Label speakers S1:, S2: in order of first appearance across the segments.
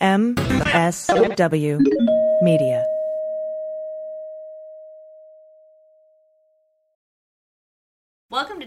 S1: MSW Media.
S2: Welcome to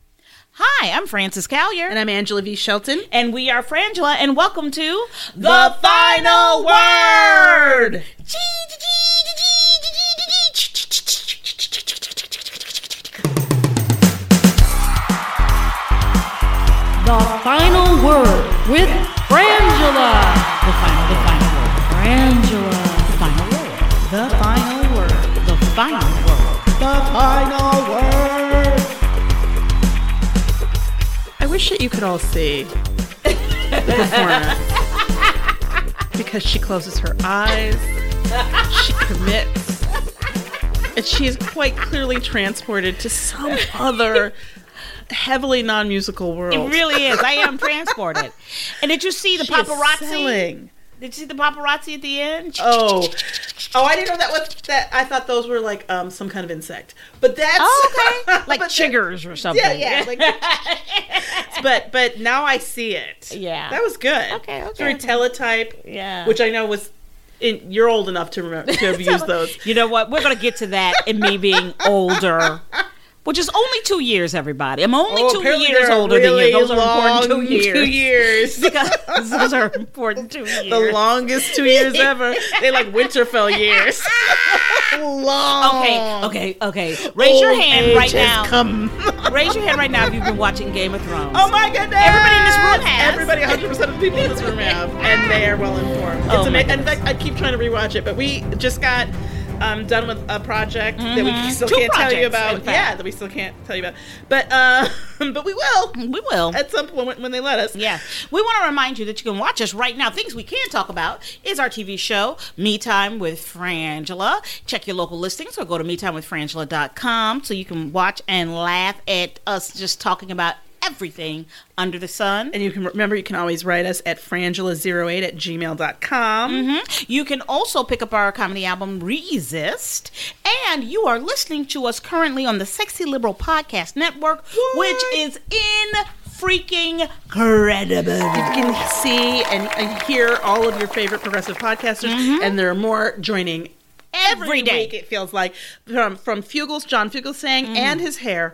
S3: Hi, I'm Frances Callier.
S4: And I'm Angela V. Shelton.
S3: And we are Frangela, and welcome to The,
S4: Final Word!
S1: The final word with Frangela. The final, the final word. Frangela. The final word. The final word. The final word.
S4: The Final Word! I wish that you could all see the performance. because she closes her eyes, she commits, and she is quite clearly transported to some other heavily non musical world.
S3: It really is. I am transported. And did you see the
S4: She is
S3: paparazzi?
S4: selling.
S3: Did you see the paparazzi at the end?
S4: Oh, oh! I didn't know that was that. I thought those were like um some kind of insect, but that's
S3: Oh, okay.
S4: but
S3: Like
S4: that-
S3: chiggers or something.
S4: Yeah, yeah. Like, but but now I see it.
S3: Yeah.
S4: that was good.
S3: Okay, okay.
S4: Through teletype,
S3: Yeah.
S4: which I know was. In, you're old enough to remember to have used those.
S3: You know what? We're going to get to that in me being older. Which is only two years, everybody. I'm only
S4: Oh,
S3: two
S4: apparently
S3: years
S4: they're
S3: older
S4: really
S3: than you. Those are important
S4: long
S3: two years.
S4: Two years.
S3: because those are important two years.
S4: the longest two years ever. They like Winterfell years. Long.
S3: Okay, okay, okay. Raise your
S4: Old
S3: hand
S4: age
S3: right
S4: has
S3: now.
S4: Come.
S3: Raise your hand right now if you've been watching Game of Thrones.
S4: Oh my goodness!
S3: Everybody in this room has.
S4: Everybody, 100 percent of the people in this room have, and they are well informed. It's
S3: Oh my
S4: amazing. In fact, I keep trying to rewatch it, but we just got um, done with a project that we still
S3: Mm-hmm. Two
S4: can't tell you
S3: projects, in
S4: about.
S3: fact.
S4: Yeah, that we still can't tell you about. But uh, but we will
S3: We will.
S4: at some point when, when they let us.
S3: Yeah. We want to remind you that you can watch us right now. Things we can talk about is our TV show, Me Time with Frangela. Check your local listings or go to metimewithfrangela.com so you can watch and laugh at us just talking about everything under the sun.
S4: And you can remember you can always write us at frangela08 at gmail.com.
S3: Mm-hmm. You can also pick up our comedy album Resist, and you are listening to us currently on the Sexy Liberal Podcast Network, which is in freaking credible.
S4: You can
S3: Mm-hmm.
S4: see and, and hear all of your favorite progressive podcasters, and there are more joining Every day. Mm-hmm.
S3: week, it feels like from from Fugles, John Fugles sang, and his hair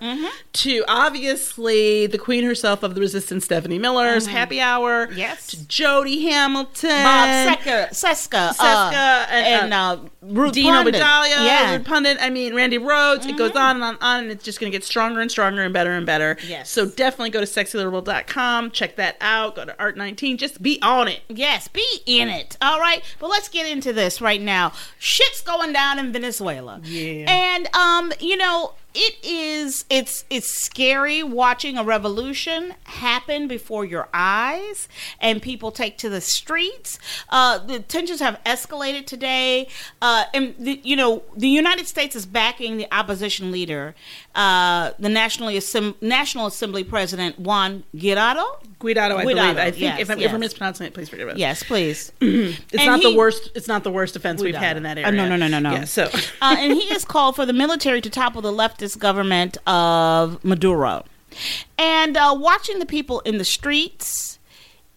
S3: to obviously the queen herself of the resistance, Stephanie Miller's Happy Hour.
S4: Mm-hmm. Yes.
S3: to Jody Hamilton,
S4: Bob Seska, Seska, uh,
S3: Seska,
S4: and
S3: and, uh,
S4: uh, Ruth
S3: Dino
S4: Pundit.
S3: Bajalia,
S4: Yeah.
S3: Rude Pundit. I mean, Randy Rhodes. It
S4: Mm-hmm.
S3: goes on and on and on, and it's just going to get stronger and stronger and better and better.
S4: Yes.
S3: So definitely go to sexyliberal.com, check that out. Go to Art19. Just be on it.
S4: Yes, be in it. All right. But let's get into this right now. Shit's going down in Venezuela. Yeah. And um, you know, it is it's it's scary watching a revolution happen before your eyes and people take to the streets. Uh the tensions have escalated today. Uh and the, you know, the United States is backing the opposition leader, uh the National Assemb- National Assembly President Juan Guaido.
S3: Guidado,
S4: Guidado,
S3: I believe. I think
S4: yes,
S3: if, I'm,
S4: yes.
S3: if we're mispronouncing it, please forgive us.
S4: Yes, please.
S3: It's
S4: And
S3: not
S4: he-
S3: the worst. It's not the worst offense we've
S4: Guidado.
S3: had in that area.
S4: Oh, no, no, no, no, no.
S3: Yeah, so
S4: uh, and he has called for the military to topple the leftist government of Maduro. And uh, watching the people in the streets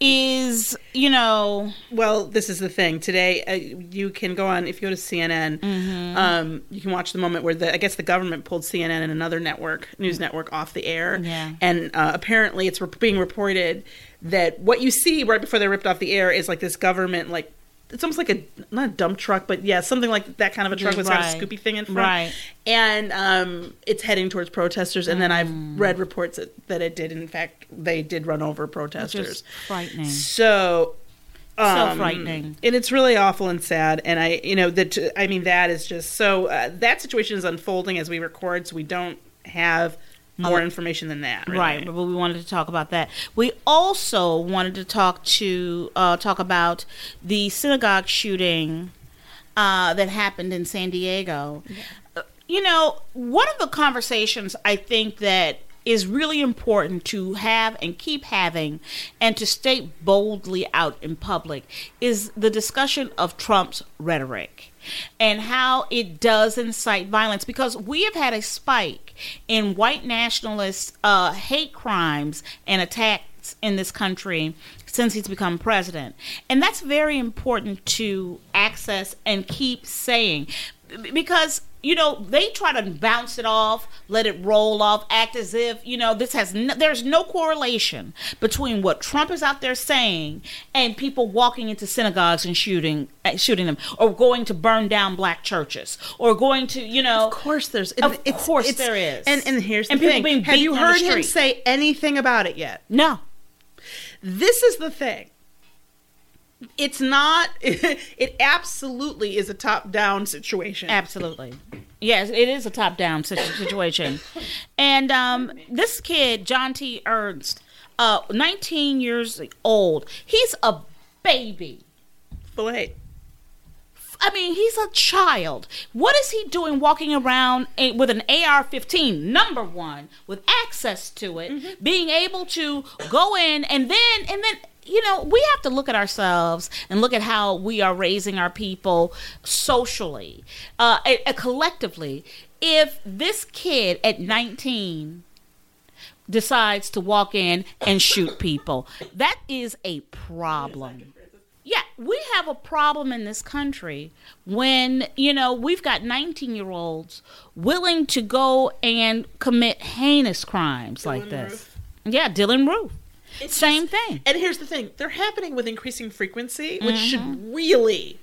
S4: is, you know,
S3: well, this is the thing. Today, uh, you can go on if you go to CNN.
S4: Mm-hmm.
S3: Um, you can watch the moment where the I guess the government pulled CNN and another network, news network, off the air.
S4: Mm. Yeah.
S3: And uh, apparently, it's rep- being reported that what you see right before they're ripped off the air is like this government like. It's almost like a not a dump truck, but yeah, something like that kind of a truck with kind
S4: Right.
S3: of a scoopy thing in front,
S4: Right.
S3: And um, it's heading towards protesters. And then
S4: Mm.
S3: I've read reports that, that it did, in fact, they did run over protesters.
S4: just frightening.
S3: So
S4: so
S3: um,
S4: frightening.
S3: and it's really awful and sad. And I, you know, that I mean, that is just so. Uh, that situation is unfolding as we record, so we don't have more information than that. really.
S4: Right, but we wanted to talk about that. We also wanted to talk to uh, talk about the synagogue shooting uh, that happened in San Diego. Uh, You know, one of the conversations I think that is really important to have and keep having and to state boldly out in public is the discussion of Trump's rhetoric and how it does incite violence because we have had a spike in white nationalist uh, hate crimes and attacks in this country since he's become president. And that's very important to access and keep saying b- because. You know, they try to bounce it off, let it roll off, act as if, you know, this has no, there's no correlation between what Trump is out there saying and people walking into synagogues and shooting uh, shooting them or going to burn down black churches or going to, you know,
S3: Of course, there's.
S4: Of course there is.
S3: And and here's
S4: And
S3: the
S4: people
S3: thing:
S4: being
S3: Have you
S4: beaten on the
S3: heard him
S4: street.
S3: say anything about it yet?
S4: no.
S3: This is the thing. It's not. It absolutely is a top-down situation.
S4: Absolutely. Yes, it is a top down situation. and um, this kid, John T. Ernst, uh, 19 years old, he's a baby.
S3: Well, hey,
S4: I mean, he's a child. What is he doing walking around a- with an AR 15, number one, with access to it, being able to go in and then, and then, you know, we have to look at ourselves and look at how we are raising our people socially, uh, a- a- collectively. If this kid at 19 decides to walk in and shoot people, that is a problem. Yeah, we have a problem in this country when, you know, we've got 19 year olds willing to go and commit heinous crimes like this. Yeah, Dylan Roof. Same thing.
S3: And here's the thing: they're happening with increasing frequency, which should really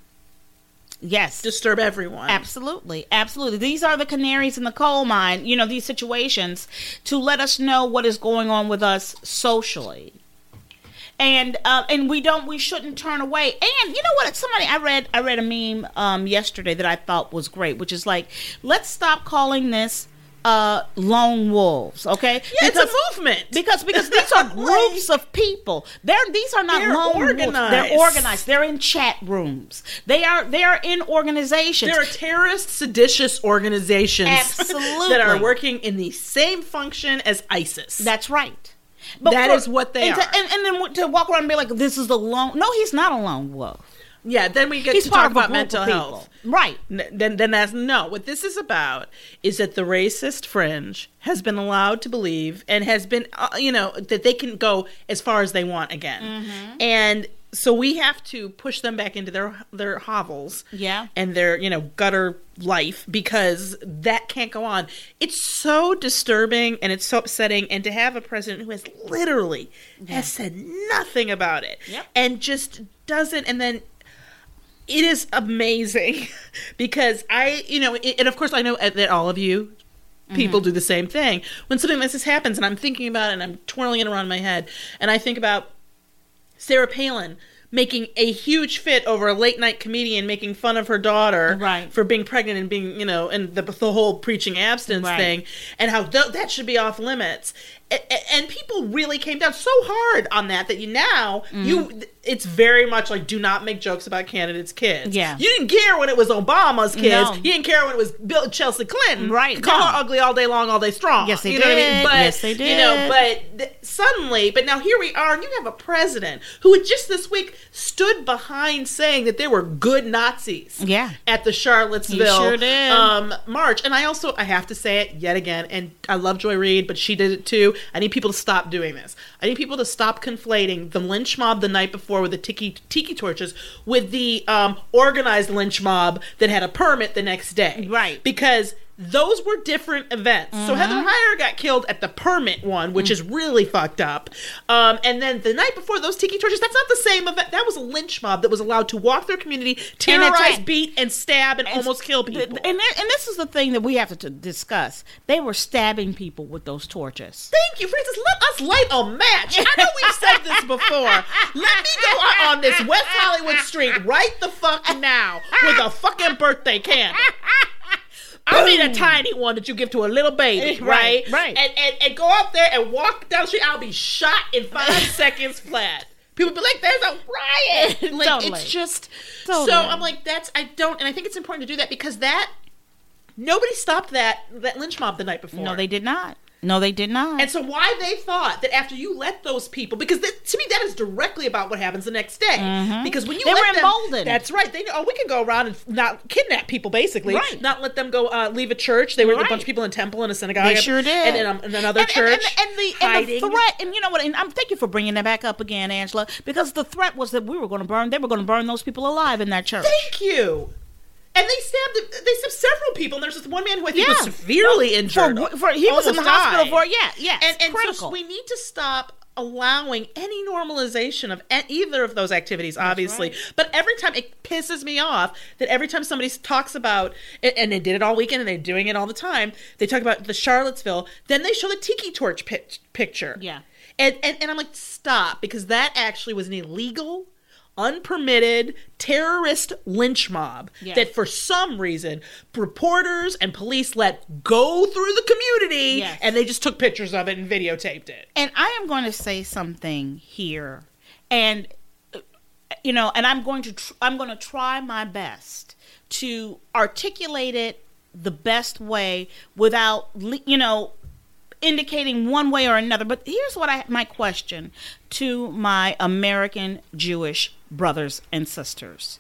S4: Mm-hmm. Yes.
S3: disturb everyone.
S4: Absolutely, absolutely. These are the canaries in the coal mine, you know, these situations to let us know what is going on with us socially. And uh, and we don't we shouldn't turn away. And you know what? Somebody I read I read a meme um, yesterday that I thought was great, which is like, let's stop calling this uh, lone wolves, okay?
S3: Yeah,
S4: Because-
S3: it's a movement.
S4: because because these are groups of people. They're these are not
S3: They're
S4: lone wolves.
S3: organized.
S4: They're organized. They're in chat rooms. They are they are in organizations.
S3: there are terrorist, seditious organizations that
S4: Absolutely.
S3: are working in the same function as ISIS.
S4: That's right. But
S3: That
S4: for-
S3: is what they
S4: and to-
S3: are.
S4: and, and then to walk around and be like, "This is the lone." No, he's not a lone wolf.
S3: yeah, then we get
S4: He's
S3: to
S4: part
S3: talk
S4: of a
S3: about
S4: group
S3: mental
S4: of people.
S3: health.
S4: right?
S3: N- Then, then that's no. What this is about is that the racist fringe has been allowed to
S4: Mm-hmm.
S3: believe and has been, uh, you know, that they can go as far as they want again. And so we have to push them back into their their hovels
S4: Yeah.
S3: and their you know gutter life because that can't go on it's so disturbing and it's so upsetting and to have a president who has literally has said nothing about it
S4: Yep.
S3: and just doesn't and then it is amazing because I, you know, it, and of course I know that all of you
S4: Mm-hmm.
S3: people do the same thing. When something like this happens, and I'm thinking about it, and I'm twirling it around in my head, and I think about Sarah Palin making a huge fit over a late night comedian making fun of her daughter
S4: Right.
S3: for being pregnant and being, you know, and the, the whole preaching abstinence
S4: Right.
S3: thing, and how th- that should be off limits. A- a- And people really came down so hard on that that you now
S4: Mm-hmm.
S3: you it's very much like do not make jokes about candidates' kids.
S4: Yeah.
S3: you didn't care when it was Obama's kids.
S4: No.
S3: You didn't care when it was Bill Chelsea Clinton.
S4: Right,
S3: You call her
S4: no.
S3: Mm-hmm. ugly all day long, all day strong.
S4: Yes, they
S3: you know What I mean?
S4: did.
S3: But
S4: Yes, they
S3: You know,
S4: did.
S3: but but th- suddenly, but now here we are, and you have a president who had just this week stood behind saying that there were good Nazis.
S4: Yeah.
S3: At the Charlottesville
S4: He sure did.
S3: Um, march, and I also I have to say it yet again, and I love Joy Reid, but she did it too. I need people to stop doing this. I need people to stop conflating the lynch mob the night before with the tiki tiki torches with the um, organized lynch mob that had a permit the next day,
S4: Right. Mm-hmm.
S3: Because those were different events. So Heather Heyer got killed at the permit one, which is really fucked up. Um, and then the night before those tiki torches, that's not the same event. That was a lynch mob that was allowed to walk their community, terrorize,
S4: attack.
S3: beat, and stab, and, almost kill people.
S4: Th- And, th- and this is the thing that we have to t- discuss. They were stabbing people with those torches.
S3: Thank you, Francis. Let us light a match. I know we've said this before. Let me go out on this West Hollywood street right the fuck now with a fucking birthday candle. I mean a tiny one that you give to a little baby, right?
S4: Eh, Right, right.
S3: And, and and go out there and walk down the street. I'll be shot in five seconds flat. People be like, "There's a riot!" Like
S4: Totally.
S3: it's just
S4: Totally.
S3: so. I'm like, that's I don't, and I think it's important to do that because that nobody stopped that that lynch mob the night before.
S4: No, they did not. No, they did not.
S3: And so, why they thought that after you let those people, because that, to me that is directly about what happens the next day. Because when you
S4: Mm-hmm. They were
S3: let them-
S4: emboldened.
S3: that's right. They know, oh, we can go around and not kidnap people, basically.
S4: Right.
S3: Not let them go uh, leave a church. They were a bunch
S4: Right.
S3: of people in temple and a synagogue.
S4: They sure did.
S3: And in, um, in another
S4: And- and-
S3: church.
S4: And, and the, and the
S3: hiding.
S4: threat, and you know what? And I'm thank you for bringing that back up again, Angela, because the threat was that we were going to burn. They were going to burn those people alive in that church.
S3: Thank you. And they stabbed. They stabbed several people. And there's this one man who I think was
S4: Yeah.
S3: severely
S4: for,
S3: injured.
S4: for he was in the
S3: Almost
S4: hospital
S3: died.
S4: for yeah, yeah,
S3: and, and
S4: critical.
S3: so we need to stop allowing any normalization of a- either of those activities obviously but every time it pisses me off that every time somebody talks about and, and they did it all weekend and they're doing it all the time they talk about the charlottesville then they show the tiki torch pic- picture
S4: Yeah.
S3: and, and and i'm like stop because that actually was an illegal unpermitted terrorist lynch mob
S4: Yeah.
S3: that for some reason reporters and police let go through the community
S4: Yes.
S3: and they just took pictures of it and videotaped it.
S4: and I am going to say something here, and uh, you know, and I'm going to tr- I'm going to try my best to articulate it the best way without le- you know indicating one way or another. But here's what I my question to my American Jewish brothers and sisters,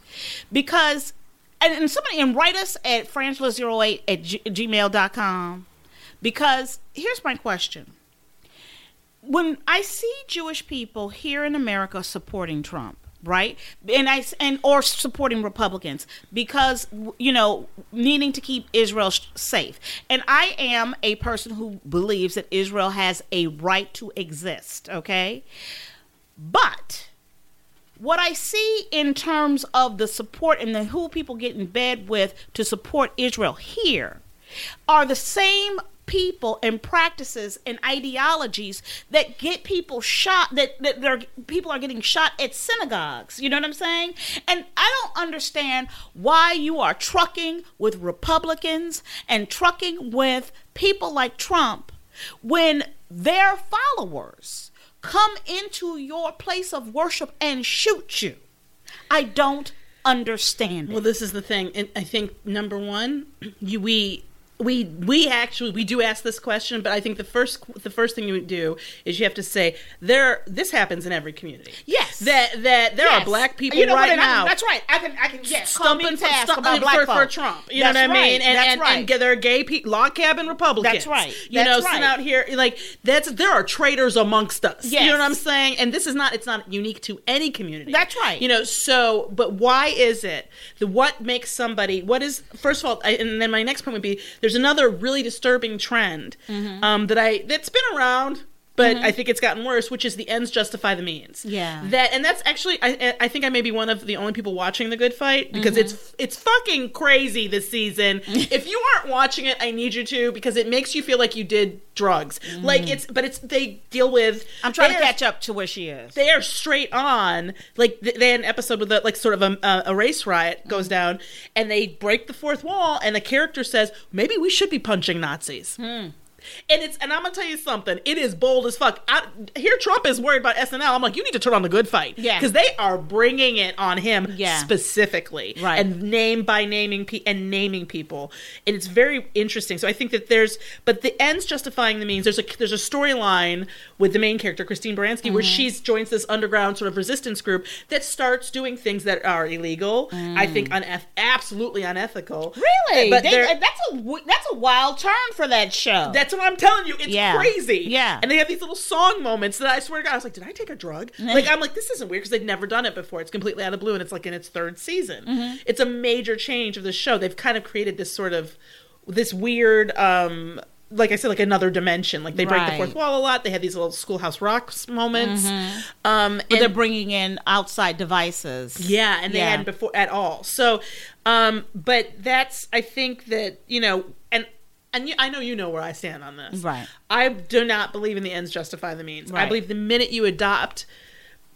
S4: because. And, and somebody and write us at frangela08 at g- gmail.com because here's my question when I see Jewish people here in America supporting Trump, right, and I and or supporting Republicans because you know needing to keep Israel sh- safe, and I am a person who believes that Israel has a right to exist. Okay, but what I see in terms of the support and the who people get in bed with to support Israel here are the same people and practices and ideologies that get people shot that that their people are getting shot at synagogues you know what i'm saying and i don't understand why you are trucking with republicans and trucking with people like trump when their followers come into your place of worship and shoot you. I don't understand it.
S3: Well, this is the thing, and I think number one, you we we we actually we do ask this question, but I think the first the first thing you would do is you have to say there this happens in every community.
S4: Yes.
S3: that that there are
S4: Yes.
S3: black people
S4: You know
S3: right
S4: what, and I-
S3: now.
S4: that's right. I can, I can, yes,
S3: Stumping
S4: stumping
S3: for,
S4: task
S3: stumping
S4: about black
S3: for, for
S4: folk.
S3: Trump. You
S4: That's
S3: know what I mean?
S4: right.
S3: And
S4: that's
S3: and,
S4: right.
S3: and there are gay pe- log cabin
S4: That's
S3: Republicans.
S4: right.
S3: You know,
S4: That's
S3: sitting
S4: right.
S3: out here like that's there are traitors amongst us. You
S4: Yes.
S3: know what I'm saying? And this is not it's not unique to any community.
S4: That's right.
S3: You know, so but why is it the what makes somebody what is first of all I, and then my next point would be there's another really disturbing trend
S4: Mm-hmm.
S3: um, that I that's been around but I think it's gotten worse, which is the ends justify the means.
S4: Yeah.
S3: that and that's actually I, I think I may be one of the only people watching the Good Fight because
S4: Mm-hmm.
S3: it's it's fucking crazy this season. if you aren't watching it, I need you to because it makes you feel like you did drugs. Like it's but it's they deal with.
S4: Mm. I'm trying to
S3: there's-
S4: catch up to where she is.
S3: they are straight on. Like th- they had an episode with a, like sort of a, a- a race riot goes down, and they break the fourth wall, and the character says, "Maybe we should be punching Nazis."
S4: Hmm.
S3: And it's and I'm gonna tell you something. It is bold as fuck. I here Trump is worried about SNL. I'm like, you need to turn on the good fight,
S4: Yeah.
S3: because they are bringing it on him
S4: Yeah.
S3: specifically,
S4: Right.
S3: And name by naming pe- and naming people, and it's very interesting. So I think that there's but the ends justifying the means. There's a there's a storyline with the main character Christine Baranski
S4: Mm-hmm.
S3: where she joins this underground sort of resistance group that starts doing things that are illegal. I think uneth- absolutely unethical.
S4: Mm. Really?
S3: but
S4: They- uh,
S3: they're-
S4: that's a w- that's a wild turn for that show.
S3: that's what I'm telling you. It's
S4: Yeah.
S3: crazy.
S4: Yeah.
S3: And they have these little song moments that I swear to God, I was like, did I take a drug? like, I'm like, this isn't weird because they've never done it before. It's completely out of the blue and it's like in its third season.
S4: Mm-hmm.
S3: It's a major change of the show. They've kind of created this sort of, this weird, um, like I said, like another dimension. Like they break the
S4: Right. Mm-hmm.
S3: fourth wall a lot. They have these little schoolhouse rocks moments. Um,
S4: but
S3: and-
S4: they're bringing in outside devices.
S3: yeah, and they
S4: Yeah.
S3: hadn't before at all. So, um, but that's I think that you know, and and you, I know you know where I stand on this.
S4: Right.
S3: I do not believe in the ends justify the means. I
S4: Right.
S3: believe the minute you adopt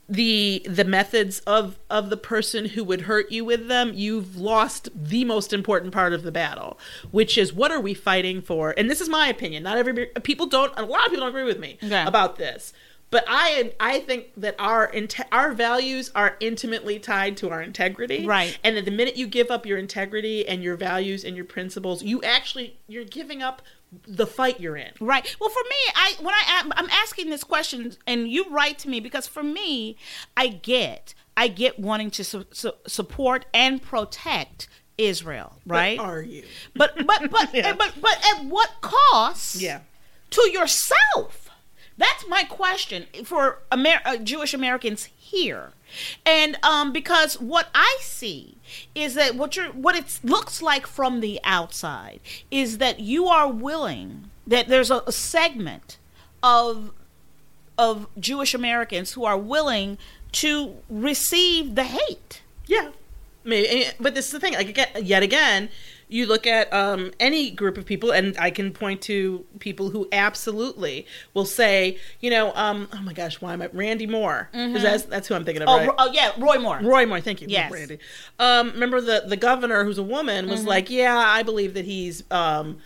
S3: the the methods of of the person who would hurt you with them you've lost the most important part of the battle which is what are we fighting for and this is my opinion not every people don't a lot of people don't agree with me
S4: Okay.
S3: about this but i am i think that our inte- our values are intimately tied to our integrity
S4: Right.
S3: and that the minute you give up your integrity and your values and your principles you actually you're giving up the fight you're in
S4: Right. Well, for me, I when I am- I'm asking this question, and you write to me because for me, I get I get wanting to su- su- support and protect Israel, right?
S3: are you
S4: But but but,
S3: Yeah.
S4: but but at what cost?
S3: Yeah.
S4: To yourself. That's my question for Amer- uh, Jewish Americans here, and um, because what I see is that what you're what it looks like from the outside is that you are willing that there's a, a segment of of Jewish Americans who are willing to receive the hate.
S3: Yeah, maybe. But this is the thing. Like again, yet again, you look at um, any group of people, and I can point to people who absolutely will say, you know, um, oh my gosh, why am I Randy Moore? 'Cause That's that's who I'm thinking of.
S4: Oh,
S3: right?
S4: Ro- oh yeah, Roy Moore.
S3: Roy Moore, thank you.
S4: Yes. Mm-hmm.
S3: Randy. Um, remember the the governor, who's a woman, was like, "Yeah, I believe that he's, um,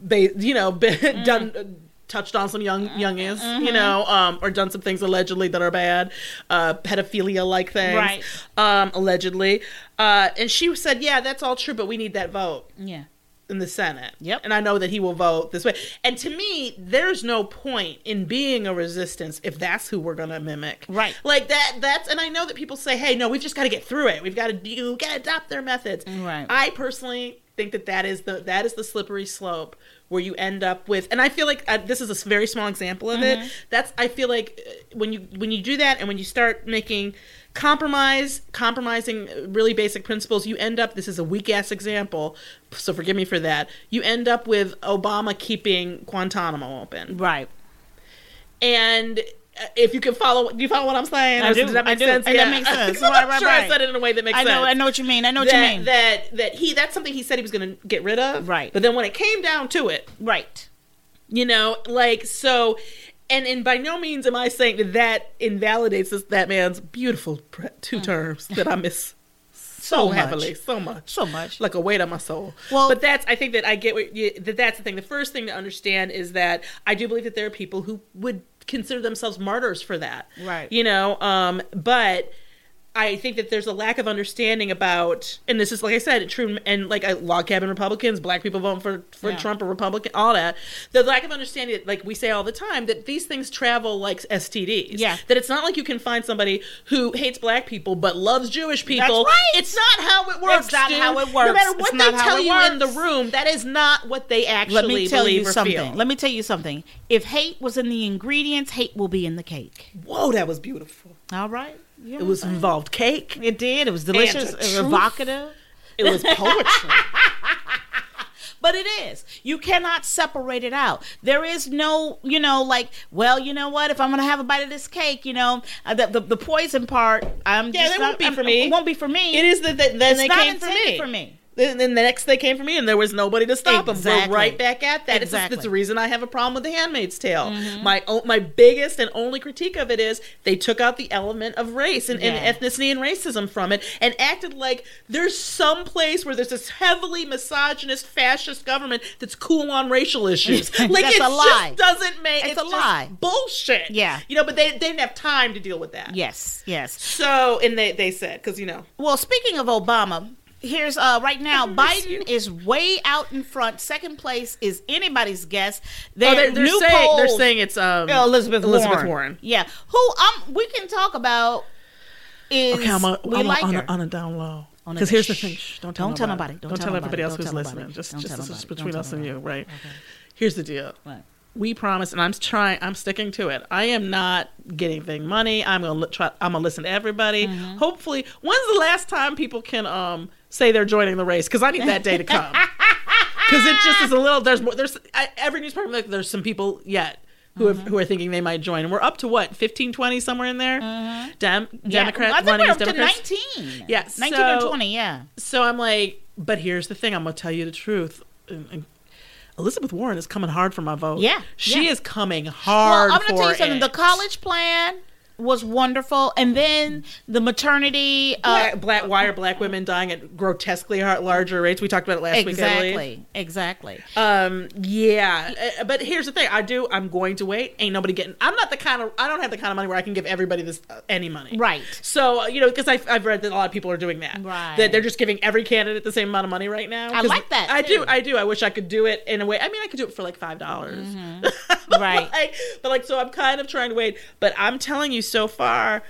S3: ba- you know, been,
S4: Mm-hmm.
S3: done." uh, Touched on some young
S4: Uh-huh.
S3: youngins, you know, um, or done some things allegedly that are bad, uh, pedophilia like things,
S4: Right.
S3: Um, allegedly, uh, and she said, "Yeah, that's all true, but we need that vote."
S4: Yeah.
S3: in the Senate.
S4: Yep.
S3: And I know that he will vote this way. And to me, there's no point in being a resistance if that's who we're going to mimic.
S4: Right.
S3: Like that that's and I know that people say, "Hey, no, we've just got to get through it. We've got to do got to adopt their methods."
S4: Right.
S3: I personally think that that is the that is the slippery slope where you end up with and I feel like uh, this is a s- very small example of
S4: Mm-hmm.
S3: it. That's I feel like uh, when you when you do that and when you start making compromise compromising uh, really basic principles you end up this is a weak ass example so forgive me for that you end up with obama keeping guantanamo open
S4: Right.
S3: and uh, if you can follow, do you follow what I'm saying?
S4: I
S3: Or
S4: do,
S3: Does that make
S4: I do.
S3: sense?
S4: And that makes sense.
S3: 'Cause I'm
S4: Right, right,
S3: sure I
S4: right.
S3: said it in a way that makes
S4: I
S3: sense.
S4: know. I know what you mean. I know what
S3: that,
S4: you mean.
S3: That that he that's something he said he was going to get rid of.
S4: Right.
S3: But then when it came down to it,
S4: right.
S3: you know, like so. And, and by no means am I saying that that invalidates this, that man's beautiful pre- two terms that I miss so,
S4: Mm. much.
S3: heavily, so much,
S4: So much.
S3: like a weight on my soul.
S4: Well-
S3: Well, but that's I think that I get what you, that that's the thing. The first thing to understand is that I do believe that there are people who would consider themselves martyrs for that,
S4: Right.
S3: You know, um, but I think that there's a lack of understanding about, and this is like I said, true, and like I, log cabin Republicans, black people voting for for
S4: Yeah.
S3: Trump or Republican, all that. The lack of understanding, that, like we say all the time, that these things travel like STDs.
S4: Yeah.
S3: that it's not like you can find somebody who hates black people but loves Jewish people.
S4: right.
S3: It's not how it works.
S4: not
S3: dude.
S4: how it
S3: No
S4: works.
S3: matter
S4: It's
S3: what
S4: not
S3: they
S4: how
S3: tell
S4: it
S3: you in the
S4: works.
S3: room, that is not what they actually
S4: Let me tell
S3: believe
S4: you
S3: or
S4: something.
S3: feel.
S4: Let me tell you something. If hate was in the ingredients, hate will be in the cake.
S3: Whoa, that was beautiful.
S4: All right. You
S3: It
S4: know.
S3: was involved cake.
S4: It did. It was delicious.
S3: the
S4: It was
S3: truth.
S4: evocative.
S3: It was poetry.
S4: But it is. You cannot separate it out. There is no, you know, like, well, you know what? If I'm gonna have a bite of this cake, you know, uh, the the, the poison part, I'm
S3: Yeah,
S4: just
S3: that
S4: not-
S3: won't be
S4: I'm-
S3: for me.
S4: It won't be for me.
S3: It is that that- then
S4: It's
S3: they
S4: not
S3: came for
S4: intended
S3: me.
S4: for me.
S3: Then, then the next they came for me, and there was nobody to stop them.
S4: Exactly.
S3: We're right back at that. It's just-
S4: Exactly. Mm-hmm.
S3: it's the reason I have a problem with The Handmaid's Tale. My o- my biggest and only critique of it is they took out the element of race and,
S4: Yeah.
S3: and ethnicity and racism from it, and acted like there's some place where there's this heavily misogynist fascist government that's cool on racial issues. like
S4: That's
S3: it
S4: a lie.
S3: just doesn't make
S4: It's a
S3: just
S4: lie.
S3: Bullshit.
S4: Yeah.
S3: you know, but they, they didn't have time to deal with that.
S4: Yes, yes.
S3: So and they they said because you know
S4: Well, speaking of Obama, here's uh, right now
S3: miss you.
S4: Biden is way out in front. Second place is anybody's guess. They
S3: Oh, they're, they're
S4: new
S3: saying they're
S4: polls-
S3: saying it's um
S4: Elizabeth
S3: Elizabeth
S4: Warren.
S3: Warren.
S4: Yeah, who um we can talk about is
S3: Okay, I'm, a,
S4: we
S3: I'm a-
S4: like
S3: on,
S4: her.
S3: a, on a down low.
S4: On a-
S3: Because here's the
S4: Shh,
S3: thing. Shh, don't tell,
S4: don't tell
S3: nobody.
S4: nobody, don't
S3: Don't
S4: tell
S3: tell
S4: nobody,
S3: everybody else
S4: don't
S3: who's
S4: tell nobody,
S3: listening. Just,
S4: don't
S3: just
S4: tell
S3: this is
S4: nobody,
S3: between
S4: don't
S3: us
S4: tell
S3: and you, right? Here's the deal.
S4: What?
S3: We promise, and I'm trying. I'm sticking to it. I am not getting big money. I'm gonna li- try. I'm gonna listen to everybody.
S4: Mm-hmm.
S3: Hopefully, when's the last time people can um say they're joining the race? Because I need that day to come. Because it just is a little. There's more. There's I, every newspaper. Like, there's some people yet. Who,
S4: Mm-hmm.
S3: have, who are thinking they might join? And we're up to what, 15, 20, somewhere in there? Dem-
S4: Mm-hmm. Yeah,
S3: Democrats,
S4: I think
S3: running
S4: we're
S3: as
S4: up to
S3: Democrats.
S4: nineteen.
S3: Yeah,
S4: nineteen or
S3: so-
S4: twenty. Yeah,
S3: So I'm like, but here's the thing. I'm gonna tell you the truth. And- and Elizabeth Warren is coming hard for my vote.
S4: Yeah,
S3: she
S4: yeah.
S3: is coming hard.
S4: Well, I'm gonna
S3: for
S4: tell you something.
S3: it.
S4: The college plan was wonderful, and then the maternity. Uh,
S3: black, black why are black women dying at grotesquely har- larger rates? We talked about it last week. I believe.
S4: exactly, exactly.
S3: Um. Yeah. Uh, but here's the thing. I do. I'm going to wait. Ain't nobody getting. I'm not the kind of. I don't have the kind of money where I can give everybody this uh, any money.
S4: Right.
S3: So uh, you know, because I've, I've read that a lot of people are doing that.
S4: Right.
S3: That they're just giving every candidate the same amount of money right now.
S4: I
S3: 'Cause
S4: like that,
S3: I
S4: too.
S3: do. I do. I wish I could do it in a way. I mean, I could do it for like five dollars.
S4: Mm-hmm. Right.
S3: like, but like, so I'm kind of trying to wait. But I'm telling you, so far.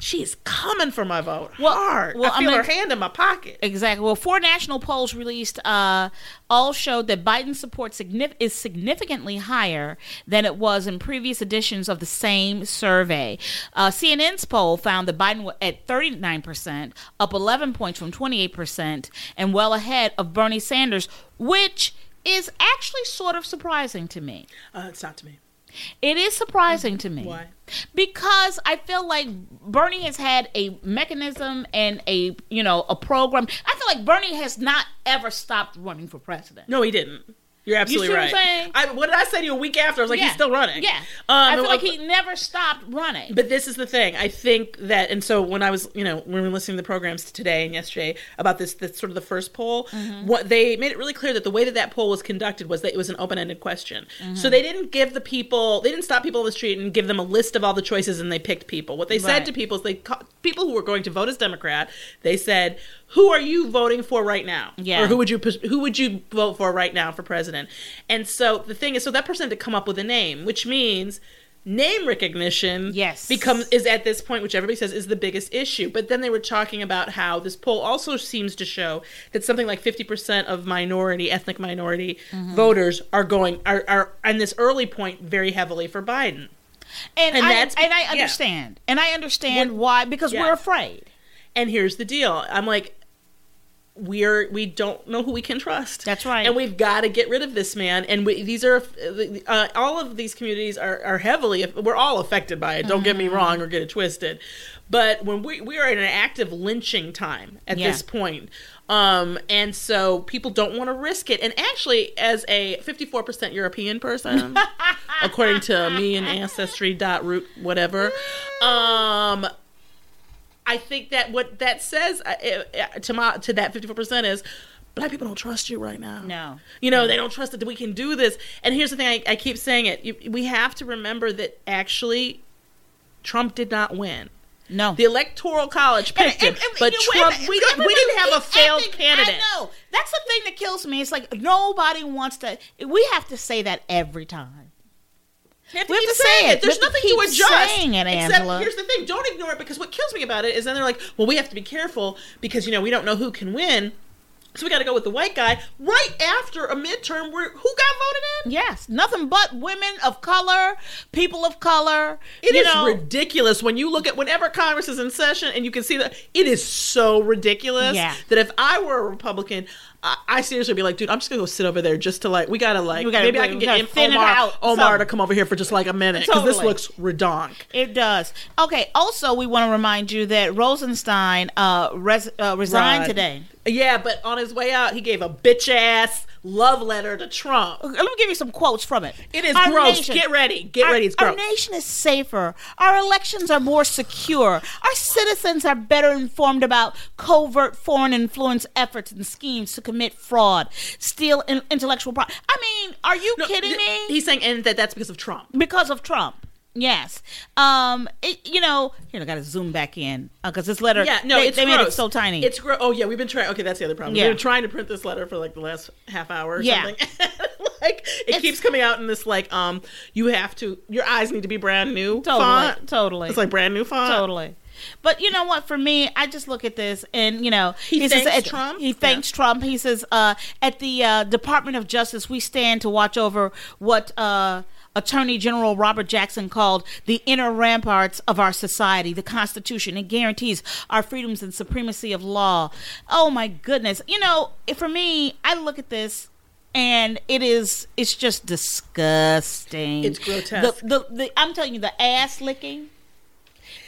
S3: She's coming for my vote.
S4: Well-
S3: hard.
S4: well,
S3: I
S4: I'm
S3: feel
S4: gonna-
S3: her hand in my pocket.
S4: Exactly. Well, four national polls released uh, all showed that Biden's support signif- is significantly higher than it was in previous editions of the same survey. Uh, CNN's poll found that Biden was at 39%, up 11 points from 28%, and well ahead of Bernie Sanders, which is actually sort of surprising to me.
S3: Uh, it's not to me.
S4: It is surprising to me.
S3: Why?
S4: Because I feel like Bernie has had a mechanism and a you know a program. I feel like Bernie has not ever stopped running for president.
S3: No, he didn't. You're absolutely
S4: see what I'm
S3: right.
S4: saying?
S3: I- what did I say to you a week after? I was like,
S4: Yeah.
S3: he's still running.
S4: Yeah,
S3: Um,
S4: I feel
S3: and-
S4: like he never stopped running.
S3: But this is the thing. I think that, and so when I was, you know, when we were listening to the programs today and yesterday about this, this sort of the first poll,
S4: Mm-hmm.
S3: what they made it really clear that the way that that poll was conducted was that it was an open ended question.
S4: Mm-hmm.
S3: So they didn't give the people, they didn't stop people on the street and give them a list of all the choices and they picked people. What they
S4: Right.
S3: said to people is they, ca- people who were going to vote as Democrat, they said, who are you voting for right now?
S4: Yeah.
S3: Or who would you pos- who would you vote for right now for president? And so the thing is, so that person had to come up with a name, which means name recognition
S4: Yes.
S3: becomes is at this point which everybody says is the biggest issue but then they were talking about how this poll also seems to show that something like 50% of minority ethnic minority voters are going are, are on this early point very heavily for biden
S4: and,
S3: and
S4: I,
S3: that's-
S4: and I
S3: yeah.
S4: understand. And I understand
S3: We're-
S4: why because
S3: Yeah.
S4: we're afraid.
S3: and here's the deal i'm like we're we don't know who we can trust
S4: That's right.
S3: and we've got to get rid of this man and we, these are uh, all of these communities are, are heavily we're all affected by it don't get
S4: Mm-hmm.
S3: me wrong or get it twisted but when we we are in an active lynching time at
S4: Yeah.
S3: this point um and so people don't want to risk it and actually as a 54% european person according to me and ancestry dot root whatever um I think that what that says uh, uh, to my to that fifty four percent is black people don't trust you right now.
S4: No.
S3: you know they don't trust that we can do this. And here's the thing: I, I keep saying it. You, we have to remember that actually, Trump did not win.
S4: No.
S3: The Electoral College picked him,
S4: And- and-
S3: but
S4: you know,
S3: Trump.
S4: every-
S3: we, didn't, we didn't have a
S4: everybody-
S3: failed
S4: every-
S3: candidate.
S4: I know. That's the thing that kills me. It's like nobody wants to. We have to say that every time.
S3: have
S4: We have
S3: keep
S4: to say
S3: saying
S4: it. We
S3: There's
S4: have to
S3: nothing
S4: keep
S3: to adjust.
S4: saying it,
S3: except
S4: Angela.
S3: here's the thing: don't ignore it because what kills me about it is then they're like, "Well, we have to be careful because you know we don't know who can win, so we got to go with the white guy." Right after a midterm, where who got voted in?
S4: Yes, nothing but women of color, people of color.
S3: It
S4: you
S3: is
S4: know,
S3: ridiculous when you look at whenever Congress is in session and you can see that it is so ridiculous
S4: Yeah.
S3: that if I were a Republican, I, I seriously would be like, dude, I'm just gonna go sit over there just to like, we gotta like,
S4: We gotta-
S3: maybe I
S4: we-
S3: can
S4: we
S3: get
S4: gotta
S3: him-
S4: thin it
S3: Omar,
S4: out
S3: Omar
S4: some.
S3: to come over here for just like a minute because this
S4: Totally.
S3: looks redonk.
S4: It does. Okay. Also, we want to remind you that Rosenstein uh, res- uh, resigned
S3: Rod.
S4: today.
S3: Yeah, but on his way out, he gave a bitch ass love letter to Trump.
S4: Let me give you some quotes from it.
S3: It is gross. Get ready. Get
S4: our,
S3: ready. It's
S4: our
S3: gross.
S4: nation is safer. Our elections are more secure. Our citizens are better informed about covert foreign influence efforts and schemes to commit fraud, steal in- intellectual property. I mean, are you
S3: No,
S4: kidding
S3: th-
S4: me?
S3: He's saying, and that that's because of Trump.
S4: because of Trump. Yes. Um. It, you know. Here, I got to zoom back in because this letter.
S3: Yeah, no,
S4: they,
S3: it's
S4: they made it
S3: gross.
S4: so tiny.
S3: It's gross. Oh yeah, we've been trying. Okay, that's the other problem.
S4: Yeah.
S3: We've been trying to print this letter for like the last half hour. Or
S4: Yeah.
S3: something. like it keeps coming out in this like um, you have to your eyes need to be brand new
S4: Totally,
S3: font.
S4: totally.
S3: it's like brand new font.
S4: totally. But you know what? For me, I just look at this, and you know,
S3: He thanks
S4: at-
S3: Trump?
S4: He thanks Trump. He says, uh, "At the uh, Department of Justice, we stand to watch over what." Uh, Attorney General Robert Jackson called the inner ramparts of our society, the Constitution. It guarantees our freedoms and supremacy of law. Oh my goodness. You know, for me, I look at this and it is, it's just disgusting.
S3: It's grotesque.
S4: The, the, the, I'm telling you, the ass licking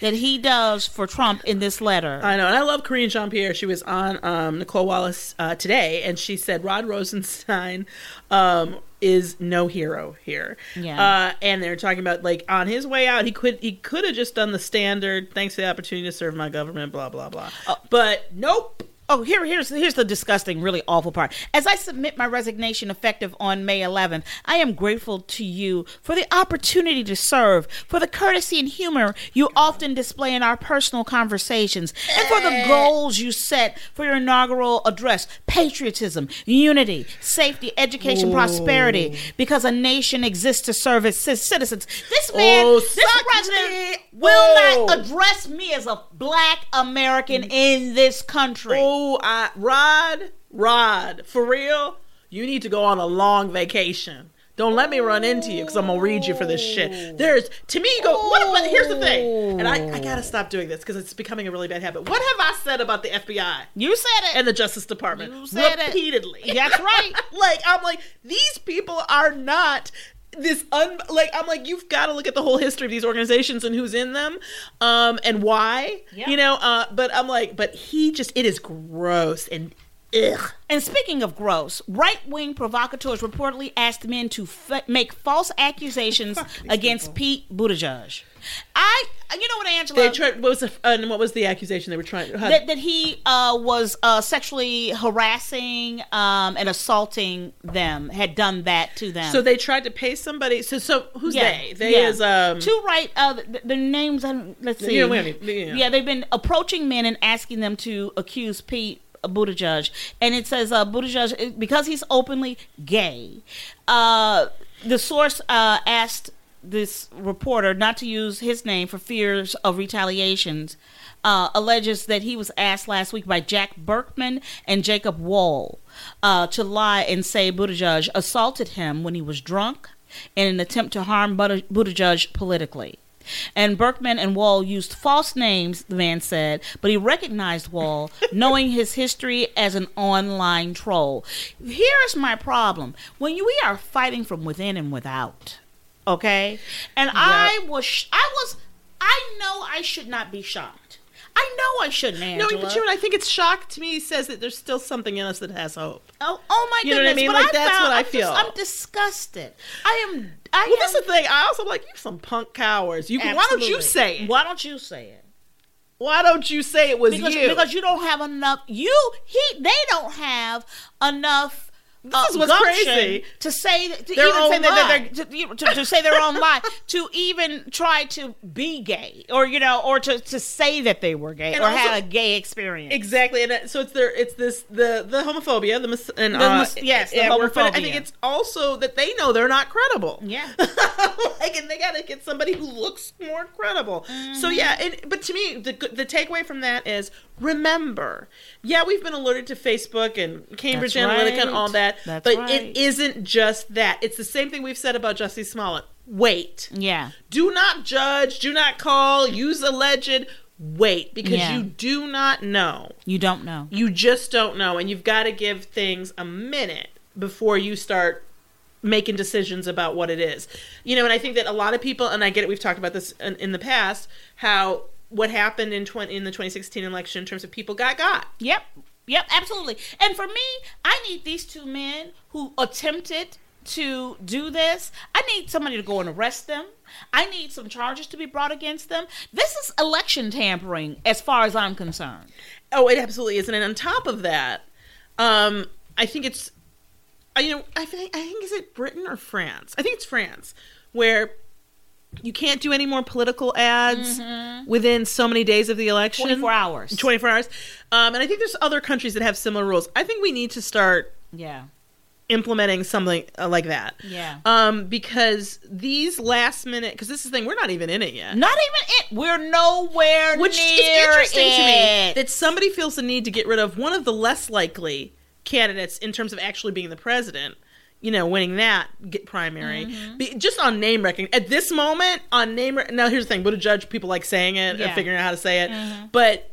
S4: that he does for Trump in this letter.
S3: I know, and I love Corinne Jean Pierre. She was on um, Nicole Wallace uh, today, and she said Rod Rosenstein um, is no hero here.
S4: Yeah.
S3: Uh, and they're talking about like on his way out, he could he could have just done the standard. Thanks for the opportunity to serve my government. Blah blah blah. but nope.
S4: Uh, Oh, here, here's here's the disgusting, really awful part. As I submit my resignation effective on May 11th, I am grateful to you for the opportunity to serve, for the courtesy and humor you often display in our personal conversations, and for the goals you set for your inaugural address: patriotism, unity, safety, education, prosperity. Because a nation exists to serve its ci- citizens. This man,
S3: Oh,
S4: this
S3: suck
S4: president,
S3: me.
S4: will
S3: Whoa.
S4: not address me as a black American in this country.
S3: Oh, I, Rod, Rod, for real, you need to go on a long vacation. Don't let me run into you because I'm gonna read you for this shit. There's to me, you go. What about, here's the thing, and I, I gotta stop doing this because it's becoming a really bad habit. What have I said about the FBI
S4: You said it.
S3: and the Justice Department
S4: You said it.
S3: repeatedly?
S4: That's right.
S3: like I'm like these people are not this un like I'm like you've got to look at the whole history of these organizations and who's in them, um and why you know. Uh, but I'm like, but he just it is gross and ugh.
S4: and speaking of gross, right wing provocateurs reportedly asked men to f- make false accusations against Pete Buttigieg. I, you know what, Angela?
S3: They tried. What was the, and what was the accusation they were trying? How,
S4: that, that he uh, was uh, sexually harassing um, and assaulting them, had done that to them.
S3: so they tried to pay somebody. So so who's they? They
S4: yeah.
S3: is um.
S4: two right. Uh, th- their names. I don't- Let's see.
S3: Yeah, we don't need- yeah.
S4: Yeah, they've been approaching men and asking them to accuse Pete Buttigieg, and it says uh, Buttigieg uh, because he's openly gay. Uh, the source uh, asked this reporter not to use his name for fears of retaliations. Uh, alleges that he was asked last week by Jack Berkman and Jacob Wall uh, to lie and say Buttigieg assaulted him when he was drunk in an attempt to harm Butter- Buttigieg politically. And Berkman and Wall used false names, the man said, but he recognized Wall, knowing his history as an online troll. Here's my problem when you, we are fighting from within and without, okay? And I was, sh- I was, I know I should not be shocked. I know I shouldn't,
S3: no,
S4: Angela.
S3: but you and I think it's shock to me says that there's still something in us that has hope.
S4: Oh, oh my
S3: You know
S4: goodness!
S3: what I mean?
S4: But
S3: Like, that's
S4: found-
S3: what I
S4: I'm just-
S3: feel.
S4: I'm disgusted. I am. I
S3: Well,
S4: am,
S3: that's the thing. I also like you. Some punk cowards. You can, why don't you
S4: Absolutely.
S3: say it?
S4: Why don't you say it?
S3: Why don't you say it was
S4: Because
S3: you?
S4: because you don't have enough. You he they don't have enough this
S3: is what's crazy.
S4: to say to
S3: Their
S4: even say
S3: own
S4: that they're, to, you know, to, to say their own lie to even try to be gay or you know or to, to say that they were gay
S3: And
S4: or
S3: also-
S4: had a gay experience
S3: Exactly, and it, so it's their it's this the the homophobia, the mis- and uh,
S4: mis- yes, the
S3: at work, but I
S4: homophobia.
S3: think it's also that they know they're not credible.
S4: yeah
S3: like, and they gotta get somebody who looks more credible.
S4: Mm-hmm.
S3: So yeah, and but to me, the good- the takeaway from that is remember, yeah, we've been alerted to Facebook and Cambridge
S4: That's
S3: Analytica and
S4: right.
S3: all that,
S4: That's
S3: but
S4: right.
S3: it isn't just that. It's the same thing we've said about Jussie Smollett. Wait,
S4: yeah
S3: do not judge, do not call, use alleged. Wait, because
S4: Yeah.
S3: you do not know
S4: you don't know
S3: you just don't know and you've got to give things a minute before you start making decisions about what it is you know and i think that a lot of people and i get it we've talked about this in, in the past how what happened in 20 in the 2016 election in terms of people got got
S4: Yep. Yep, absolutely. And for me, I need these two men who attempted to do this. I need somebody to go and arrest them. I need some charges to be brought against them. This is election tampering as far as I'm concerned.
S3: oh it absolutely isn't and on top of that um i think it's I- you know i think i think is it britain or france i think it's france where you can't do any more political ads within so many days of the election
S4: 24 hours.
S3: 24 hours. Um, and I think there's other countries that have similar rules. I think we need to start
S4: Yeah.
S3: implementing something uh, like that.
S4: Yeah.
S3: Um, because these last minute, because this is the thing, we're not even in it yet.
S4: Not even it. We're nowhere
S3: Which
S4: near
S3: is interesting to me
S4: it.
S3: that somebody feels the need to get rid of one of the less likely candidates in terms of actually being the president. You know, winning that get primary
S4: Mm-hmm.
S3: Be- just on name recognition at this moment on name. Rec- now, here's the thing: would a judge people like saying it
S4: Yeah. Mm-hmm.
S3: and figuring out how to say it? But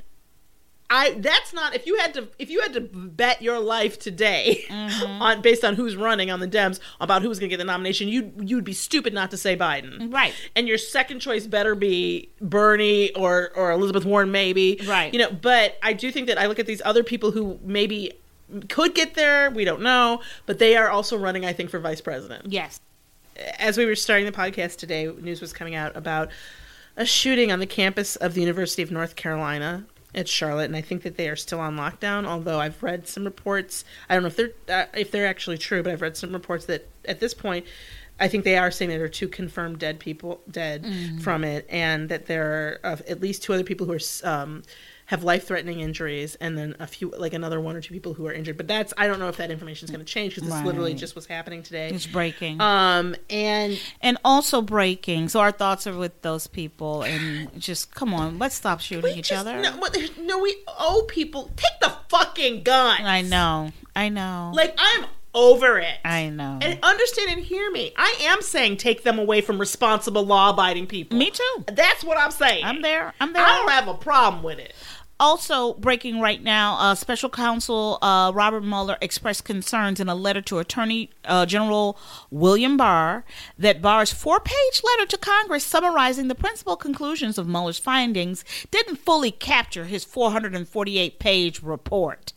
S3: I that's not if you had to if you had to bet your life today
S4: Mm-hmm.
S3: on based on who's running on the Dems about who's going to get the nomination, you would you'd be stupid not to say Biden,
S4: Right.
S3: And your second choice better be Bernie or or Elizabeth Warren, maybe,
S4: Right.
S3: You know, but I do think that I look at these other people who maybe could get there, we don't know, but they are also running, I think, for vice president
S4: yes.
S3: as we were starting the podcast today, news was coming out about a shooting on the campus of the University of North Carolina at Charlotte, and I think that they are still on lockdown. Although I've read some reports, I don't know if they're uh, if they're actually true, but I've read some reports that at this point, I think they are saying that there are two confirmed dead people dead
S4: Mm.
S3: from it, and that there are uh, at least two other people who are. s- Um, have life-threatening injuries, and then a few, like another one or two people who are injured. But that's—I don't know if that information is going to change because this literally
S4: Right.
S3: just was happening today.
S4: It's breaking.
S3: Um, and
S4: and also breaking. So our thoughts are with those people. And just, come on, let's stop shooting
S3: we
S4: each
S3: just-
S4: other.
S3: No, what- there's- no, we owe people. Take the fucking gun.
S4: I know. I know.
S3: Like I'm over it.
S4: I know.
S3: And understand and hear me. I am saying take them away from responsible, law-abiding people.
S4: Me too.
S3: That's what I'm saying.
S4: I'm there. I'm there.
S3: I don't have a problem with it.
S4: Also breaking right now, uh, special counsel uh, Robert Mueller expressed concerns in a letter to Attorney uh, General William Barr that Barr's four page letter to Congress summarizing the principal conclusions of Mueller's findings didn't fully capture his 448 page report.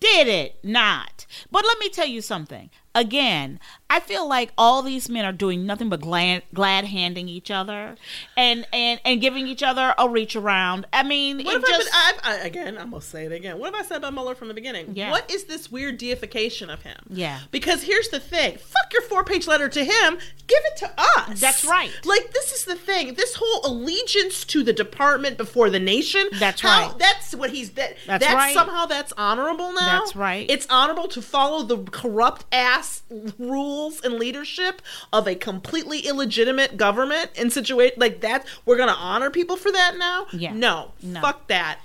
S4: Did it not? But let me tell you something. Again, I feel like all these men are doing nothing but glad, glad handing each other and, and, and giving each other a reach around. I mean,
S3: What
S4: it
S3: if
S4: just,
S3: I, been, I, I again? I'm gonna say it again. What have I said about Mueller from the beginning?
S4: Yeah.
S3: What is this weird deification of him?
S4: Yeah.
S3: Because here's the thing: fuck your four-page letter to him. Give it to us.
S4: That's right.
S3: Like this is the thing. This whole allegiance to the department before the nation.
S4: That's
S3: how-
S4: right.
S3: That's what he's. That,
S4: That's
S3: that's,
S4: right.
S3: Somehow that's honorable now.
S4: That's right.
S3: It's honorable to follow the corrupt ass rules and leadership of a completely illegitimate government and situation like that. We're gonna honor people for that now.
S4: Yeah.
S3: No,
S4: No.
S3: Fuck that.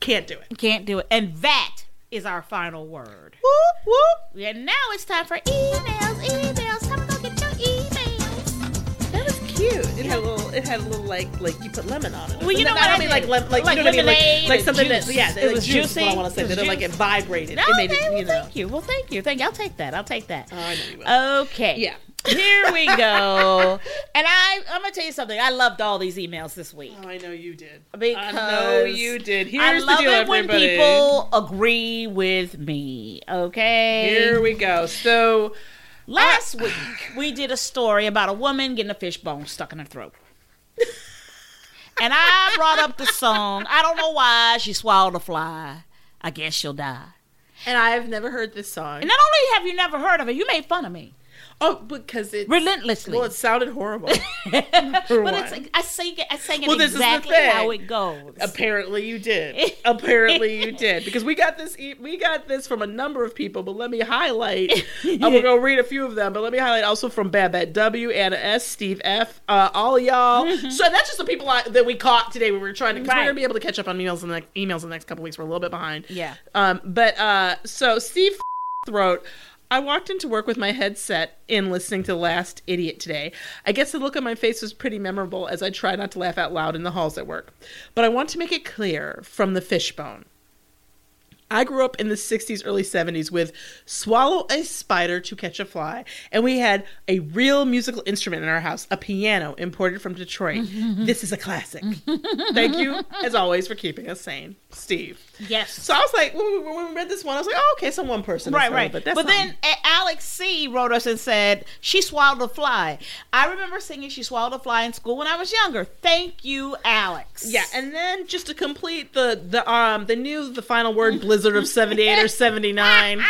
S3: Can't do it.
S4: Can't do it. And that is our final word.
S3: Whoop whoop.
S4: And now it's time for emails, emails. Come and go get your emails.
S3: That was cute. It had a little. It had a little like like you put lemon on it.
S4: Well, you
S3: No,
S4: know
S3: no,
S4: what
S3: I
S4: I
S3: don't mean like
S4: did.
S3: lem- like,
S4: Like
S3: you know what I mean?
S4: lemonade
S3: like, like
S4: and
S3: something
S4: juice.
S3: that yeah
S4: It
S3: like
S4: was
S3: juice is what
S4: juicy.
S3: I want to
S4: It
S3: say
S4: was
S3: that it like it
S4: juicy.
S3: vibrated.
S4: No,
S3: it made
S4: okay,
S3: it
S4: well,
S3: you know.
S4: thank you. Well, thank you. Thank you. I'll take that. I'll take that.
S3: Oh, I know you will.
S4: Uh, Okay.
S3: Yeah.
S4: Here we go. and I, I'm gonna tell you something. I loved all these emails this week.
S3: Oh, I know you did. I
S4: Because
S3: know you did. Here's
S4: I love
S3: the deal,
S4: it when
S3: everybody.
S4: people agree with me. Okay.
S3: Here we go. So
S4: Last week, we did a story about a woman getting a fish bone stuck in her throat. and I brought up the song. I don't know why she swallowed a fly. I guess she'll die.
S3: And I've never heard this song.
S4: And not only have you never heard of it, you made fun of me
S3: Oh, because it
S4: relentlessly.
S3: well, it sounded horrible.
S4: but it's like I sang it. I sang it
S3: Well, this is the
S4: exactly
S3: thing.
S4: how it goes.
S3: Apparently you did. Apparently you did because we got this. e- We got this from a number of people, but let me highlight. I'm gonna read a few of them, but let me highlight also from Babette W, Anna S, Steve F, uh, all y'all. So that's just the people I, that we caught today. when We were trying to. 'cause We're
S4: Right.
S3: gonna be able to catch up on emails in the next, emails in the next couple weeks. We're a little bit behind.
S4: Yeah.
S3: Um. But uh. So Steve wrote. I walked into work with my headset in listening to The Last Idiot today. I guess the look on my face was pretty memorable as I try not to laugh out loud in the halls at work. But I want to make it clear from the fishbone. I grew up in the 60s, early 70s with Swallow a Spider to Catch a Fly, and we had a real musical instrument in our house, a piano imported from Detroit. this is a classic. Thank you, as always, for keeping us sane, Steve.
S4: yes.
S3: So I was like, when we, when we read this one, I was like, oh, okay, so one person. is
S4: Right,
S3: funny,
S4: right.
S3: But
S4: But,
S3: that's not-
S4: then A- Alex C wrote us and said she swallowed a fly. I remember singing "She Swallowed a Fly" in school when I was younger. Thank you, Alex.
S3: Yeah, and then just to complete the the um the new the final word blizzard of seventy eight or seventy nine.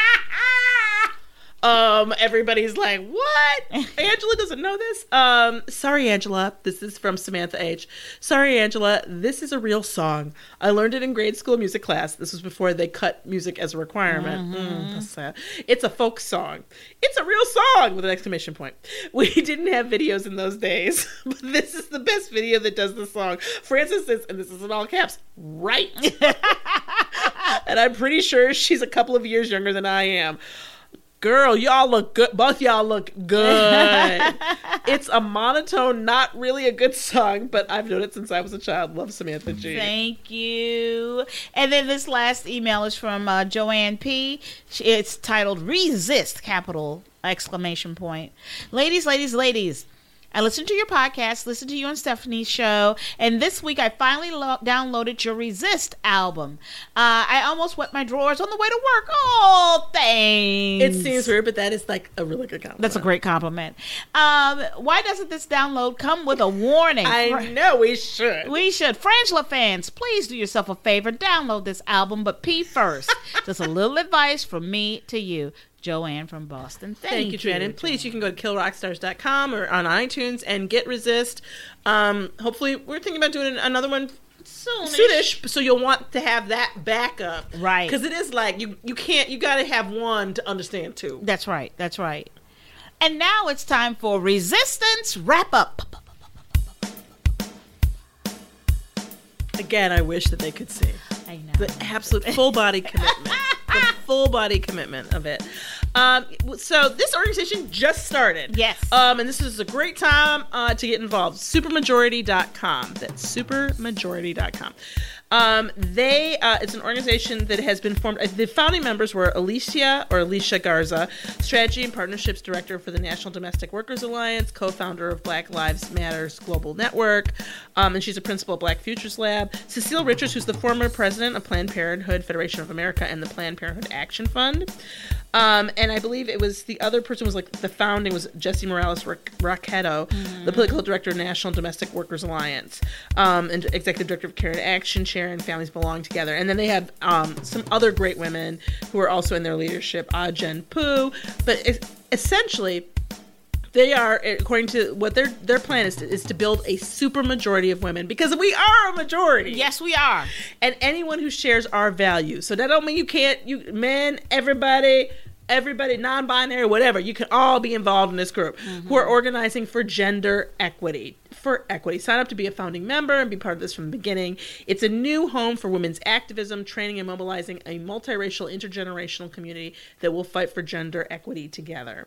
S3: Um, everybody's like, "What? Angela doesn't know this." Um, sorry, Angela. This is from Samantha H. Sorry, Angela. This is a real song. I learned it in grade school music class. This was before they cut music as a requirement. Mm, that's sad. It's a folk song. It's a real song with an exclamation point. We didn't have videos in those days, but this is the best video that does the song. For instance, this- and this is in all caps, right? and I'm pretty sure she's a couple of years younger than I am. Girl, y'all look good. Both y'all look good. it's a monotone, not really a good song, but I've known it since I was a child. Love Samantha G.
S4: Thank you. And then this last email is from uh, Joanne P. She- It's titled "Resist!" Capital exclamation point. Ladies, ladies, ladies. I listened to your podcast, listened to you and Stephanie's show, and this week I finally lo- downloaded your Resist album. Uh, I almost wet my drawers on the way to work. Oh, thanks.
S3: It seems weird, but that is like a really good compliment.
S4: That's a great compliment. Um, why doesn't this download come with a warning?
S3: I know we should.
S4: We should. Frangela fans, please do yourself a favor. Download this album, but pee first. Just a little advice from me to you, Joanne from Boston. Thank,
S3: Thank you, Jan. And please, you can go to killrockstars.com or on iTunes and get Resist. Um, hopefully, we're thinking about doing another one
S4: Soon.
S3: soonish, so you'll want to have that backup,
S4: Right.
S3: Because it is like you you can't you got to have one to understand two.
S4: That's right. That's right. And now it's time for resistance wrap up.
S3: Again, I wish that they could see
S4: I know.
S3: the absolute full body commitment, the full body commitment of it. Um, so this organization just started.
S4: Yes.
S3: Um, and this is a great time uh, to get involved. Supermajority.com. That's supermajority.com. Um, they uh, it's an organization that has been formed. uh, The founding members were Alicia or Alicia Garza, strategy and partnerships director for the National Domestic Workers Alliance, co-founder of Black Lives Matters Global Network, um, and she's a principal of Black Futures Lab. Cecile Richards, who's the former president of Planned Parenthood Federation of America and the Planned Parenthood Action Fund. Um, and I believe it was the other person was like the founding was Jesse Morales Ra- Raquetto, the political director of National Domestic Workers Alliance, um, and executive director of Care and Action, Sharon Families Belong Together. And then they have um, some other great women who are also in their leadership, Ajen Poo. But es- essentially, they are according to what their their plan is to, is to build a super majority of women because we are a majority
S4: Yes, we are.
S3: and anyone who shares our values. So that don't mean you can't you men, everybody, everybody non-binary, whatever. You can all be involved in this group. Who are organizing for gender equity. For equity, sign up to be a founding member and be part of this from the beginning. It's a new home for women's activism, training and mobilizing a multiracial, intergenerational community that will fight for gender equity together.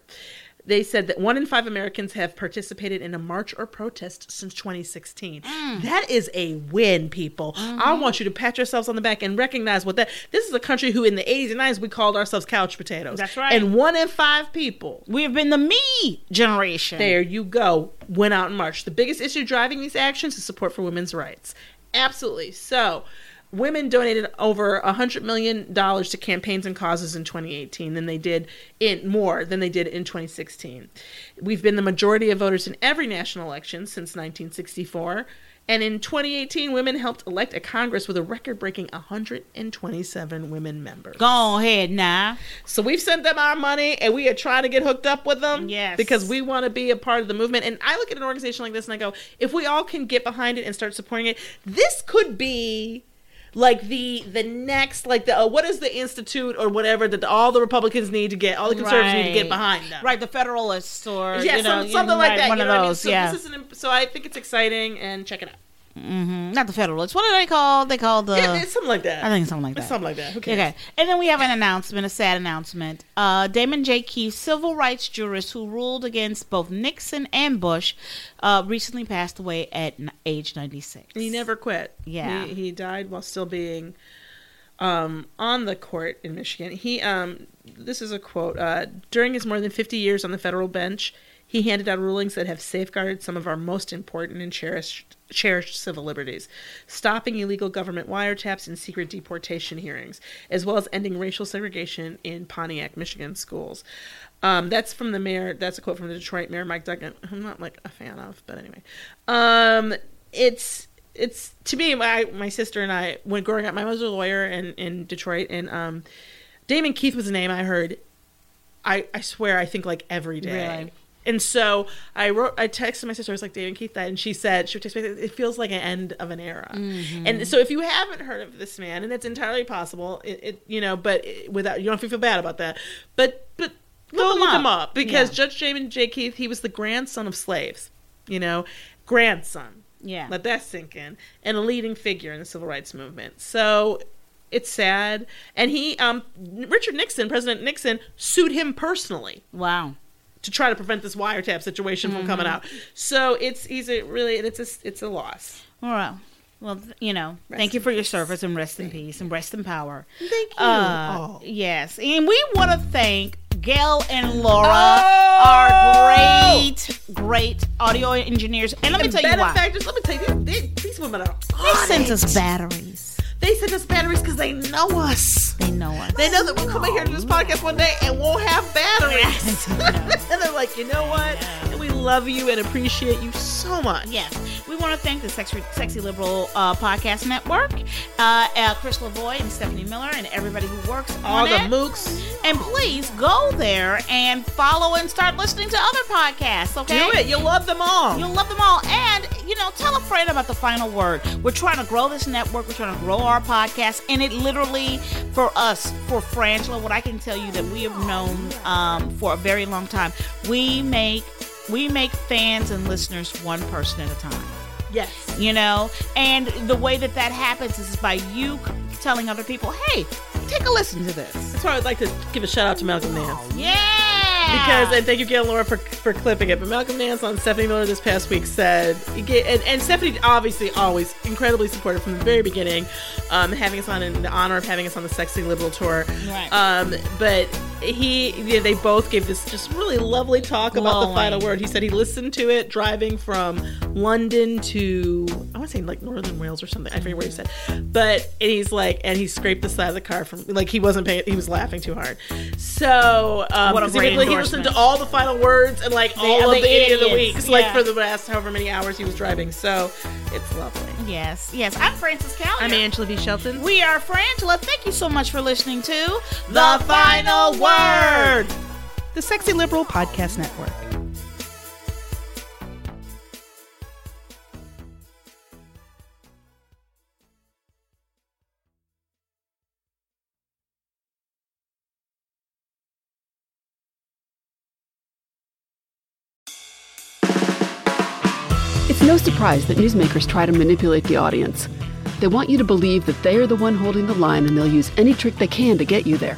S3: They said that one in five Americans have participated in a march or protest since 2016.
S4: Mm.
S3: That is a win, people. I
S4: Mm-hmm.
S3: want you to pat yourselves on the back and recognize what that. This is a country who, in the 80s and 90s, we called ourselves couch potatoes.
S4: That's right.
S3: And one in five people.
S4: We have been the me generation.
S3: There you go. Went out in March. The biggest issue driving these actions is support for women's rights. Absolutely. So, women donated over a hundred million dollars to campaigns and causes in 2018 than they did in more than they did in 2016. We've been the majority of voters in every national election since 1964. And in 2018, women helped elect a Congress with a record breaking 127 women members.
S4: Go ahead now.
S3: So we've sent them our money and we are trying to get hooked up with them.
S4: Yes.
S3: Because we want to be a part of the movement. And I look at an organization like this and I go, if we all can get behind it and start supporting it, this could be like the the next like the uh, what is the institute or whatever that all the republicans need to get all the conservatives need to get
S4: Right.
S3: behind them
S4: Right, the Federalists or
S3: yeah
S4: you
S3: some-
S4: know,
S3: something like
S4: right,
S3: that
S4: One
S3: you
S4: of
S3: know what I mean?
S4: those,
S3: so
S4: yeah.
S3: this is an, so i think it's exciting and check it out
S4: Not the Federalists. What do they call? They call the.
S3: yeah, it's something like that
S4: I think it's something like that.
S3: It's something like that. Who cares?
S4: Okay. And then we have an announcement, a sad announcement. Uh, Damon J. Keith, civil rights jurist who ruled against both Nixon and Bush, uh, recently passed away at n- age 96.
S3: He never quit.
S4: Yeah.
S3: He, he died while still being um, on the court in Michigan. He, um, this is a quote. Uh, During his more than 50 years on the federal bench, he handed down rulings that have safeguarded some of our most important and cherished, cherished civil liberties, stopping illegal government wiretaps and secret deportation hearings, as well as ending racial segregation in Pontiac, Michigan schools. Um, that's from the mayor. That's a quote from the Detroit mayor, Mike Duggan. I'm not like a fan of, but anyway. Um, it's it's to me my my sister and I when growing up my mother was a lawyer in in Detroit and um Damon Keith was a name I heard I I swear I think like every day.
S4: Really?
S3: And so I wrote, I texted my sister. I was like, "Damon Keith died," and she said, "She would text me. It feels like an end of an era."
S4: Mm-hmm.
S3: And so, if you haven't heard of this man, and it's entirely possible, it, it you know, but it- without you don't have to feel bad about that. But but go
S4: him
S3: look him
S4: up.
S3: up because
S4: Yeah.
S3: Judge Damon J. Keith, he was the grandson of slaves, you know, grandson.
S4: Yeah.
S3: Let that sink in. And a leading figure in the civil rights movement. So it's sad. And he, um, Richard Nixon, President Nixon, sued him personally
S4: Wow.
S3: to try to prevent this wiretap situation from
S4: Mm-hmm.
S3: coming out. So it's he's a really and it's a it's a loss.
S4: All right. Well, th- you know, thank you for your service and rest in peace and rest in power.
S3: Thank you. Oh.
S4: Uh,
S3: all.
S4: Yes. And we want to thank Gail and Laura,
S3: Oh!
S4: our great, great audio engineers. And let me tell you why.
S3: Benefactors, let me tell you, these, these women are.
S4: They sent us batteries.
S3: They send us batteries because they know us.
S4: They know us.
S3: They know that we'll come in here to this podcast one day and won't have batteries. and they're like, you know what? And we love you and appreciate you so much.
S4: Yes, we want to thank the Sexy, Sexy Liberal uh, Podcast Network, uh, uh, Chris Lavoy and Stephanie Miller, and everybody who works on
S3: All the
S4: it.
S3: mooks.
S4: And please go there and follow and start listening to other podcasts. Okay,
S3: Do it. You'll love them all.
S4: You'll love them all. And, you know, tell a friend about the final word. We're trying to grow this network. We're trying to grow our podcast. And it literally, for us, for Frangela, what I can tell you that we have known um, for a very long time, we make we make fans and listeners one person at a time
S3: yes.
S4: you know and the way that that happens is by you c- telling other people hey take a listen to this
S3: That's why I'd like to give a shout out to Malcolm Nance.
S4: yeah
S3: Because and thank you, Gail and Laura, for, for clipping it. But Malcolm Nance on Stephanie Miller this past week said, and, and Stephanie obviously always incredibly supportive from the very beginning, um, having us on in the honor of having us on the Sexy Liberal tour.
S4: Right.
S3: Um, but he, yeah, they both gave this just really lovely talk about the
S4: Glowing.
S3: final word. He said he listened to it driving from London to I want to say like Northern Wales or something. I forget where he said,
S4: Mm-hmm.
S3: but and he's like, and he scraped the side of the car from like he wasn't paying. He was laughing too hard. So um,
S4: What a
S3: 'cause
S4: great
S3: he, like, he listened to
S4: endorsement.
S3: all the final words and like all
S4: the
S3: of the idiot of the
S4: idiots,
S3: weeks, like
S4: yeah.
S3: for the last however many hours he was driving. So it's lovely.
S4: yes yes i'm frances callier
S3: I'm Angela V. Shelton.
S4: we are frangela thank you so much for listening to
S3: The final word.
S4: the sexy liberal podcast network
S5: It's no surprise that newsmakers try to manipulate the audience. They want you to believe that they are the one holding the line and they'll use any trick they can to get you there.